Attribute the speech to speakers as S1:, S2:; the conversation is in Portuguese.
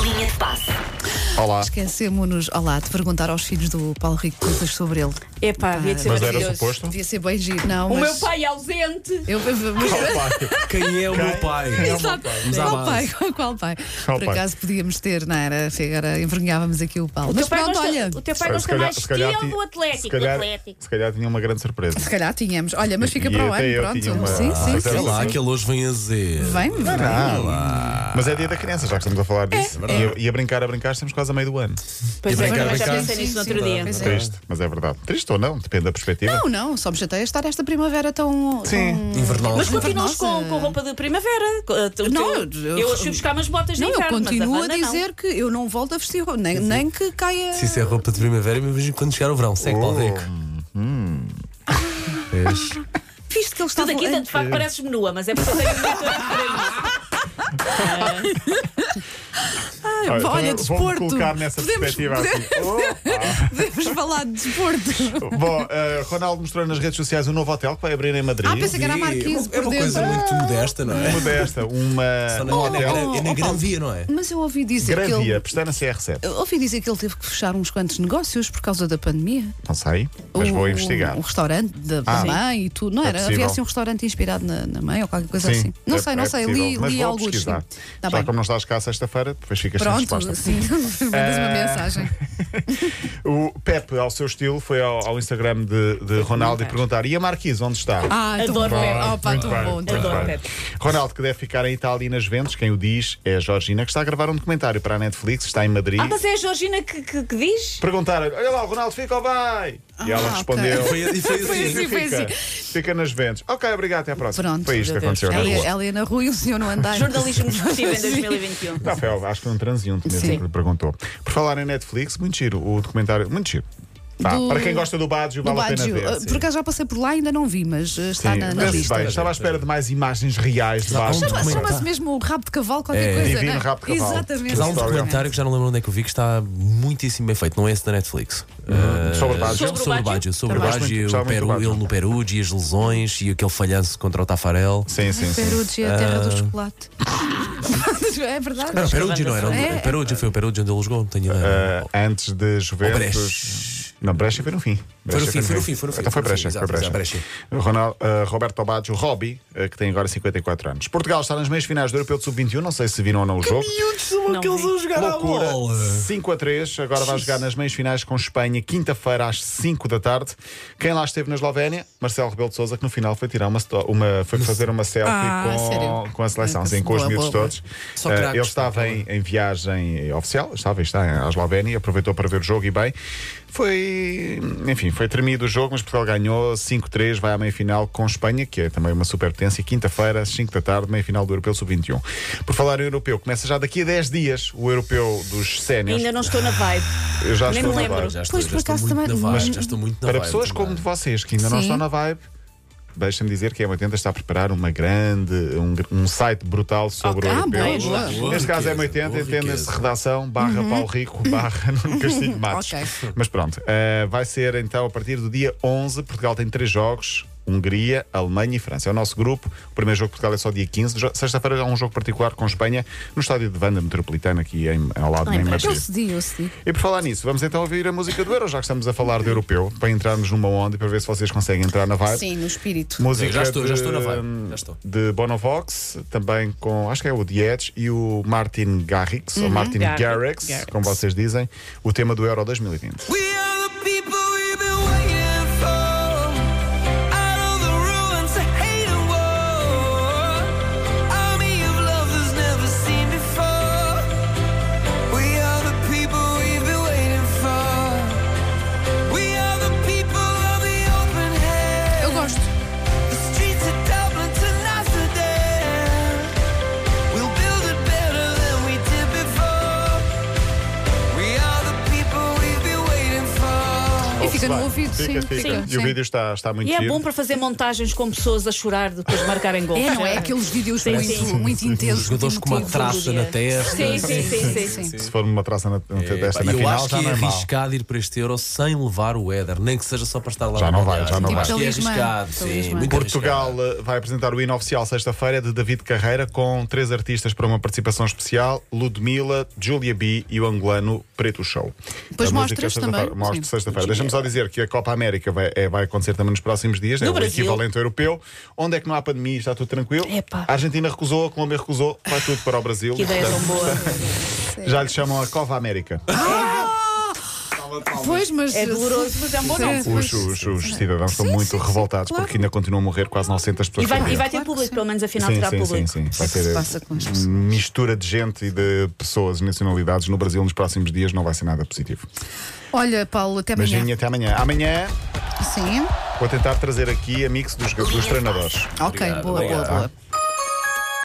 S1: Linha de passe.
S2: Olá.
S3: é Esquecemos-nos, olá, de perguntar aos filhos do Paulo Rico coisas sobre ele.
S4: Epá, devia de ser
S2: Mas era
S4: maravilhoso.
S2: suposto?
S3: Devia ser bem giro, não?
S4: O
S3: mas
S4: meu pai é ausente.
S3: Eu, eu- mas-
S2: Opa,
S5: Quem é o meu pai?
S3: Exato.
S5: Vamos à
S3: Qual pai?
S5: base.
S3: Qual pai?
S2: Qual
S3: Por
S2: pai?
S3: acaso podíamos ter, não era? Agora envergonhávamos aqui o Paulo.
S4: O
S3: mas
S4: teu pai
S3: pronto,
S4: gosta,
S3: olha.
S4: o teu pai gosta mais de ele do Atlético.
S2: se calhar,
S4: do Atlético.
S2: se calhar tinha uma grande surpresa.
S3: Se calhar tínhamos. Olha, mas fica
S2: E
S3: para o
S2: até eu
S3: ano,
S2: tinha
S3: pronto.
S2: uma-
S3: Sim,
S2: Sei
S3: sim,
S5: Sei
S3: sim.
S5: lá, aquele hoje vem azedo.
S3: Vem, vem.
S2: Mas é dia da criança, já que estamos a falar
S3: É
S2: disso. E, a, e a brincar, a brincar, estamos quase a meio do ano.
S4: Pois
S5: E
S4: é,
S5: brincar,
S4: agora já
S5: brincar.
S4: pensei nisso no outro
S3: Sim, sim,
S4: dia.
S3: pois é.
S2: Triste, mas é verdade. Triste ou não, depende da perspectiva.
S3: Não, não, só me chateia estar esta primavera tão.
S2: Sim.
S3: Hum.
S5: Invernal.
S4: Mas continuas com,
S3: Invernosa.
S4: com roupa de primavera. com- o teu-
S3: Não,
S4: eu,
S3: eu-
S4: eu fui buscar umas botas
S3: Não,
S4: de
S3: eu
S4: inverno,
S3: continuo
S4: mas
S3: a
S4: Wanda não.
S3: dizer que eu não volto a vestir roupa, nem, nem que caia.
S5: Se isso é roupa de primavera, me vejo quando chegar o verão. Segue para o Rico. Vês?
S3: Viste que eles
S4: Tu
S3: estavam.
S4: daqui, de facto, pareces-me nua, mas é porque eu tenho um motor
S3: Olha,
S2: também
S3: desporto.
S2: Vou-me colocar nessa
S3: Podemos-
S2: perspectiva assim. Opa.
S3: Podemos falar de desporto.
S2: Bom, eh, Ronaldo mostrou nas redes sociais um novo hotel que vai abrir em Madrid.
S3: Ah, pensei que era a Marquise
S5: É
S3: por
S5: uma coisa
S3: dentro.
S5: muito modesta, não é?
S2: Modesta, uma, um
S5: Só na- na
S2: hotel.
S5: Gran- é na Gran Via, não é?
S3: Mas eu ouvi dizer que
S2: Gran
S3: ele.
S2: Via, prestar na CR7.
S3: eu Ouvi dizer que ele teve que fechar uns quantos negócios por causa da pandemia.
S2: Não sei, mas
S3: O-
S2: vou investigar.
S3: O, restaurante da, da
S2: Ah.
S3: mãe e tudo. Não
S2: É
S3: era?
S2: possível.
S3: Havia assim um restaurante inspirado na, na mãe ou qualquer coisa
S2: Sim,
S3: assim. Não
S2: é-
S3: sei, não
S2: é
S3: sei.
S2: possível,
S3: Li,
S2: mas
S3: li
S2: vou
S3: alguns. sim.
S2: pesquisar.
S3: Tá
S2: Já
S3: bem.
S2: como não estás cá sexta-feira, depois ficas sem resposta.
S3: Pronto, sim. Mandas uma
S2: Eh,
S3: mensagem.
S2: O Pepe, ao seu estilo, foi ao, ao Instagram de, de Ronaldo e perguntar: e a Marquise, onde está?
S3: Ah, tão
S4: Adoro Pepe.
S3: bom. Opa,
S2: Muito
S3: tão
S2: bem,
S3: bom.
S2: muito
S3: tão bom.
S4: Adoro
S2: bem.
S4: Pepe.
S2: Ronaldo, que deve ficar em Itália e nas Ventes, quem o diz é a Georgina, que está a gravar um documentário para a Netflix, está em Madrid.
S4: Ah, mas é a Georgina que, que, que diz?
S2: Perguntaram: olha lá, o Ronaldo fica ou vai? E ela
S3: Ah,
S2: respondeu:
S5: E foi, e foi assim.
S3: assim, foi
S2: fica,
S3: assim.
S2: fica nas Ventes. Ok, obrigado, até à próxima.
S3: Pronto.
S2: foi isto que
S4: meu Deus.
S2: aconteceu né? na
S3: Ela-
S2: rua.
S3: Ela ia na rua e o senhor não andar.
S4: Jornalismo discutível em 2021.
S2: Não, foi, acho que um transiunte mesmo
S3: Sim.
S2: que lhe perguntou. Por falar em Netflix, muito giro o documentário. Muito giro. Pá,
S3: Do-
S2: Para quem gosta do Baggio,
S3: Do
S2: vale a pena
S3: Baggio.
S2: ver.
S3: Ah, Por acaso já passei por lá ainda não vi, mas eh, está
S2: Sim,
S3: na, na
S2: vê-se
S3: lista.
S2: bem. Estava à espera de mais imagens reais de Baggio.
S5: Chama-
S3: Chama-
S5: Como é que
S3: Chama-se
S5: tá?
S3: mesmo um rabo de cavalo, qualquer
S5: É.
S3: coisa.
S2: Divino
S3: não é?
S2: rabo de cavalo.
S3: Exatamente.
S5: Mas há um
S2: Story.
S5: documentário que já não lembro onde é que eu vi que está muitíssimo bem feito. Não é esse da Netflix. Ah,
S2: Sobre o Baggio?
S4: Sobre o
S5: Sobre o
S4: Baggio?
S5: Baggio, sobre o
S2: Também. Gosto muito,
S5: Baggio,
S2: gostava muito
S5: o
S2: do
S5: Peru,
S2: Baggio.
S5: ele no Peru e as lesões e aquele falhanço contra o Tafarel.
S2: Sim, sim, sim.
S3: Perugia, a terra do
S5: Ah.
S3: chocolate. é verdade.
S5: Não, o Perugia não era.
S3: É.
S5: O Perugia foi o Perugia onde ele jogou, não tenho ideia.
S2: Ah, antes de Juventus.
S5: Ou Brecht.
S2: Não, Brecha foi no fim.
S5: Foi no
S2: Brecha
S5: fim, foi no fim, foi no fim.
S2: Então foi
S5: Foi no
S2: Brecha.
S5: fim,
S2: Foi
S5: exato,
S2: Brecha.
S5: exato,
S2: Ronaldo, ah, Roberto Baggio, Robbie, ah, que tem agora 54 anos. Portugal está nas meias finais do Europeu de Sub-21. Não sei se viram ou não o jogo.
S4: Não aqueles vi. a
S5: jogar
S2: Loucura. 5 a 3, agora vai jogar nas meias finais com Espanha, quinta-feira às 5 da tarde. Quem lá esteve na Eslovénia? Marcelo Rebelo de Souza, que no final foi tirar uma, sto- uma foi fazer uma selfie
S3: Ah,
S2: com,
S3: sério?
S2: com a seleção,
S3: Ah,
S2: sim, com os
S3: boa,
S2: miúdos
S3: boa,
S2: todos.
S5: Só
S2: Eh,
S5: craques,
S2: ele estava em, em viagem oficial, estava, está à Eslovénia, aproveitou para ver o jogo e bem. Foi, enfim, foi tremido o jogo, mas Portugal ganhou 5-3, vai à meia-final com Espanha, que é também uma superpotência, quinta-feira, às 5 da tarde, meia-final do Europeu Sub-21. Por falar em Europeu, começa já daqui a 10 dias o Europeu dos Sénios.
S4: Ainda não estou na vibe.
S2: Eu já
S4: Nem
S2: estou
S4: me
S2: na
S4: lembro.
S2: vibe.
S5: Já estou,
S3: Pois,
S5: já
S3: por
S5: estou
S3: acaso,
S5: muito
S3: também-
S5: na vibe,
S3: Mas
S5: já estou muito na
S2: Para
S5: vibe
S2: pessoas
S5: também.
S2: como de vocês, que ainda não
S3: Sim.
S2: estão na vibe, deixem-me dizer que a M80 está a preparar uma grande, um, gr- um site brutal sobre
S3: Ok.
S2: o
S3: Ah,
S2: europeu.
S3: boa, boa.
S2: Neste
S5: Boa
S2: caso é
S5: riqueza,
S2: M80,
S5: boa
S2: entenda-se
S5: riqueza.
S2: redação, barra Paulo Rico, barra Nuno Castilho Matos.
S3: Uhum. Ok.
S2: Mas pronto, eh, vai ser então a partir do dia 11, Portugal tem três jogos. Hungria, Alemanha e França. É o nosso grupo. O primeiro jogo de Portugal é só dia 15. Jo- Sexta-feira há um jogo particular com Espanha no estádio de Vanda Metropolitana, aqui em, ao lado
S4: Ai,
S2: em
S4: pá,
S2: Madrid.
S3: É Eu cedi, eu cedi.
S2: E por falar nisso, vamos então ouvir a música do Euro, já que estamos a falar de europeu, para entrarmos numa onda e para ver se vocês conseguem entrar na vibe.
S3: Sim, no espírito.
S2: Música
S5: Já estou,
S2: de,
S5: já estou na vibe, já estou.
S2: De Bonovox, também com, acho que é o Dietz e o Martin Garrix,
S3: Uhum.
S2: ou Martin
S4: Garrix,
S2: Garrix,
S4: Garrix.
S2: como vocês dizem, o tema do Euro 2020.
S6: We are the people we've been waiting for. Out of the ruins of hate and war. Army of lovers never seen before. We are the people we've been waiting for. We are the people of the open hand.
S3: Eu gosto.
S6: The streets of Dublin to Amsterdam. We'll build it better than we did before. We are the people we've been waiting for.
S3: Fica no
S2: bem.
S3: ouvido,
S2: fica,
S3: sim,
S2: Fica.
S3: fica,
S2: E o
S3: sim.
S2: vídeo está, está muito
S4: E é
S2: giro.
S4: bom para fazer montagens com pessoas a chorar depois de marcarem gols.
S3: É, não é? Aqueles vídeos
S4: Sim,
S3: muito,
S4: sim.
S3: muito
S5: Os
S3: intensos.
S5: jogadores
S3: muito
S5: com uma
S3: emotivos.
S5: traça na testa.
S4: Sim, sim, sim, sim. sim.
S2: Se for uma traça na, na, desta
S5: Epá,
S2: na
S5: eu
S2: final,
S5: acho
S2: já
S5: que
S2: não
S5: é
S2: é mal.
S5: arriscado ir para este Euro sem levar o Éder, nem que seja só para estar lá.
S2: Já
S5: no
S2: não vai,
S5: balneário.
S2: já não
S5: Tipo,
S2: vai.
S5: acho que é
S3: Talismã,
S5: arriscado, sim.
S3: talismã.
S5: muito
S2: Portugal
S5: arriscado.
S2: eh, vai apresentar o hino oficial sexta-feira de David Carreira com três artistas para uma participação especial: Ludmilla, Julia B e o angolano Preto Show.
S3: Depois
S2: A música
S3: mostras
S2: sexta-feira-
S3: também?
S2: Mostro
S3: Sim.
S2: sexta-feira. Deixa-me só dizer que a Copa América vai, é- vai acontecer também nos próximos dias, é
S4: No
S2: o
S4: Brasil.
S2: equivalente europeu. Onde é que não há pandemia? Está tudo tranquilo?
S4: Epá.
S2: A Argentina recusou, a Colômbia recusou, vai tudo para o Brasil.
S4: Que ideia tão
S2: Portanto,
S4: boa.
S2: já lhe chamam a Cova América.
S3: Ah, Pois, mas.
S4: É doloroso, mas é um bom
S3: Sim,
S4: nome.
S3: pois.
S2: Os, os- os cidadãos estão
S3: Sim,
S2: muito
S3: sim, sim,
S2: revoltados
S3: claro.
S2: porque ainda continuam a morrer quase 900 pessoas.
S4: E vai,
S2: por
S4: e
S2: dia.
S4: vai ter
S3: Claro que
S4: público,
S3: sim.
S4: pelo menos afinal
S2: Sim,
S4: terá
S2: sim, sim,
S4: público.
S2: sim.
S3: O que é
S2: Vai
S3: que se
S2: ter
S3: passa com isto?
S2: mistura de gente e de pessoas e nacionalidades no Brasil nos próximos dias não vai ser nada positivo.
S3: Olha, Paulo, até amanhã.
S2: Beijinho, até amanhã. Amanhã
S3: Sim.
S2: vou tentar trazer aqui a mix dos, dos treinadores.
S3: Ok, boa, boa, boa.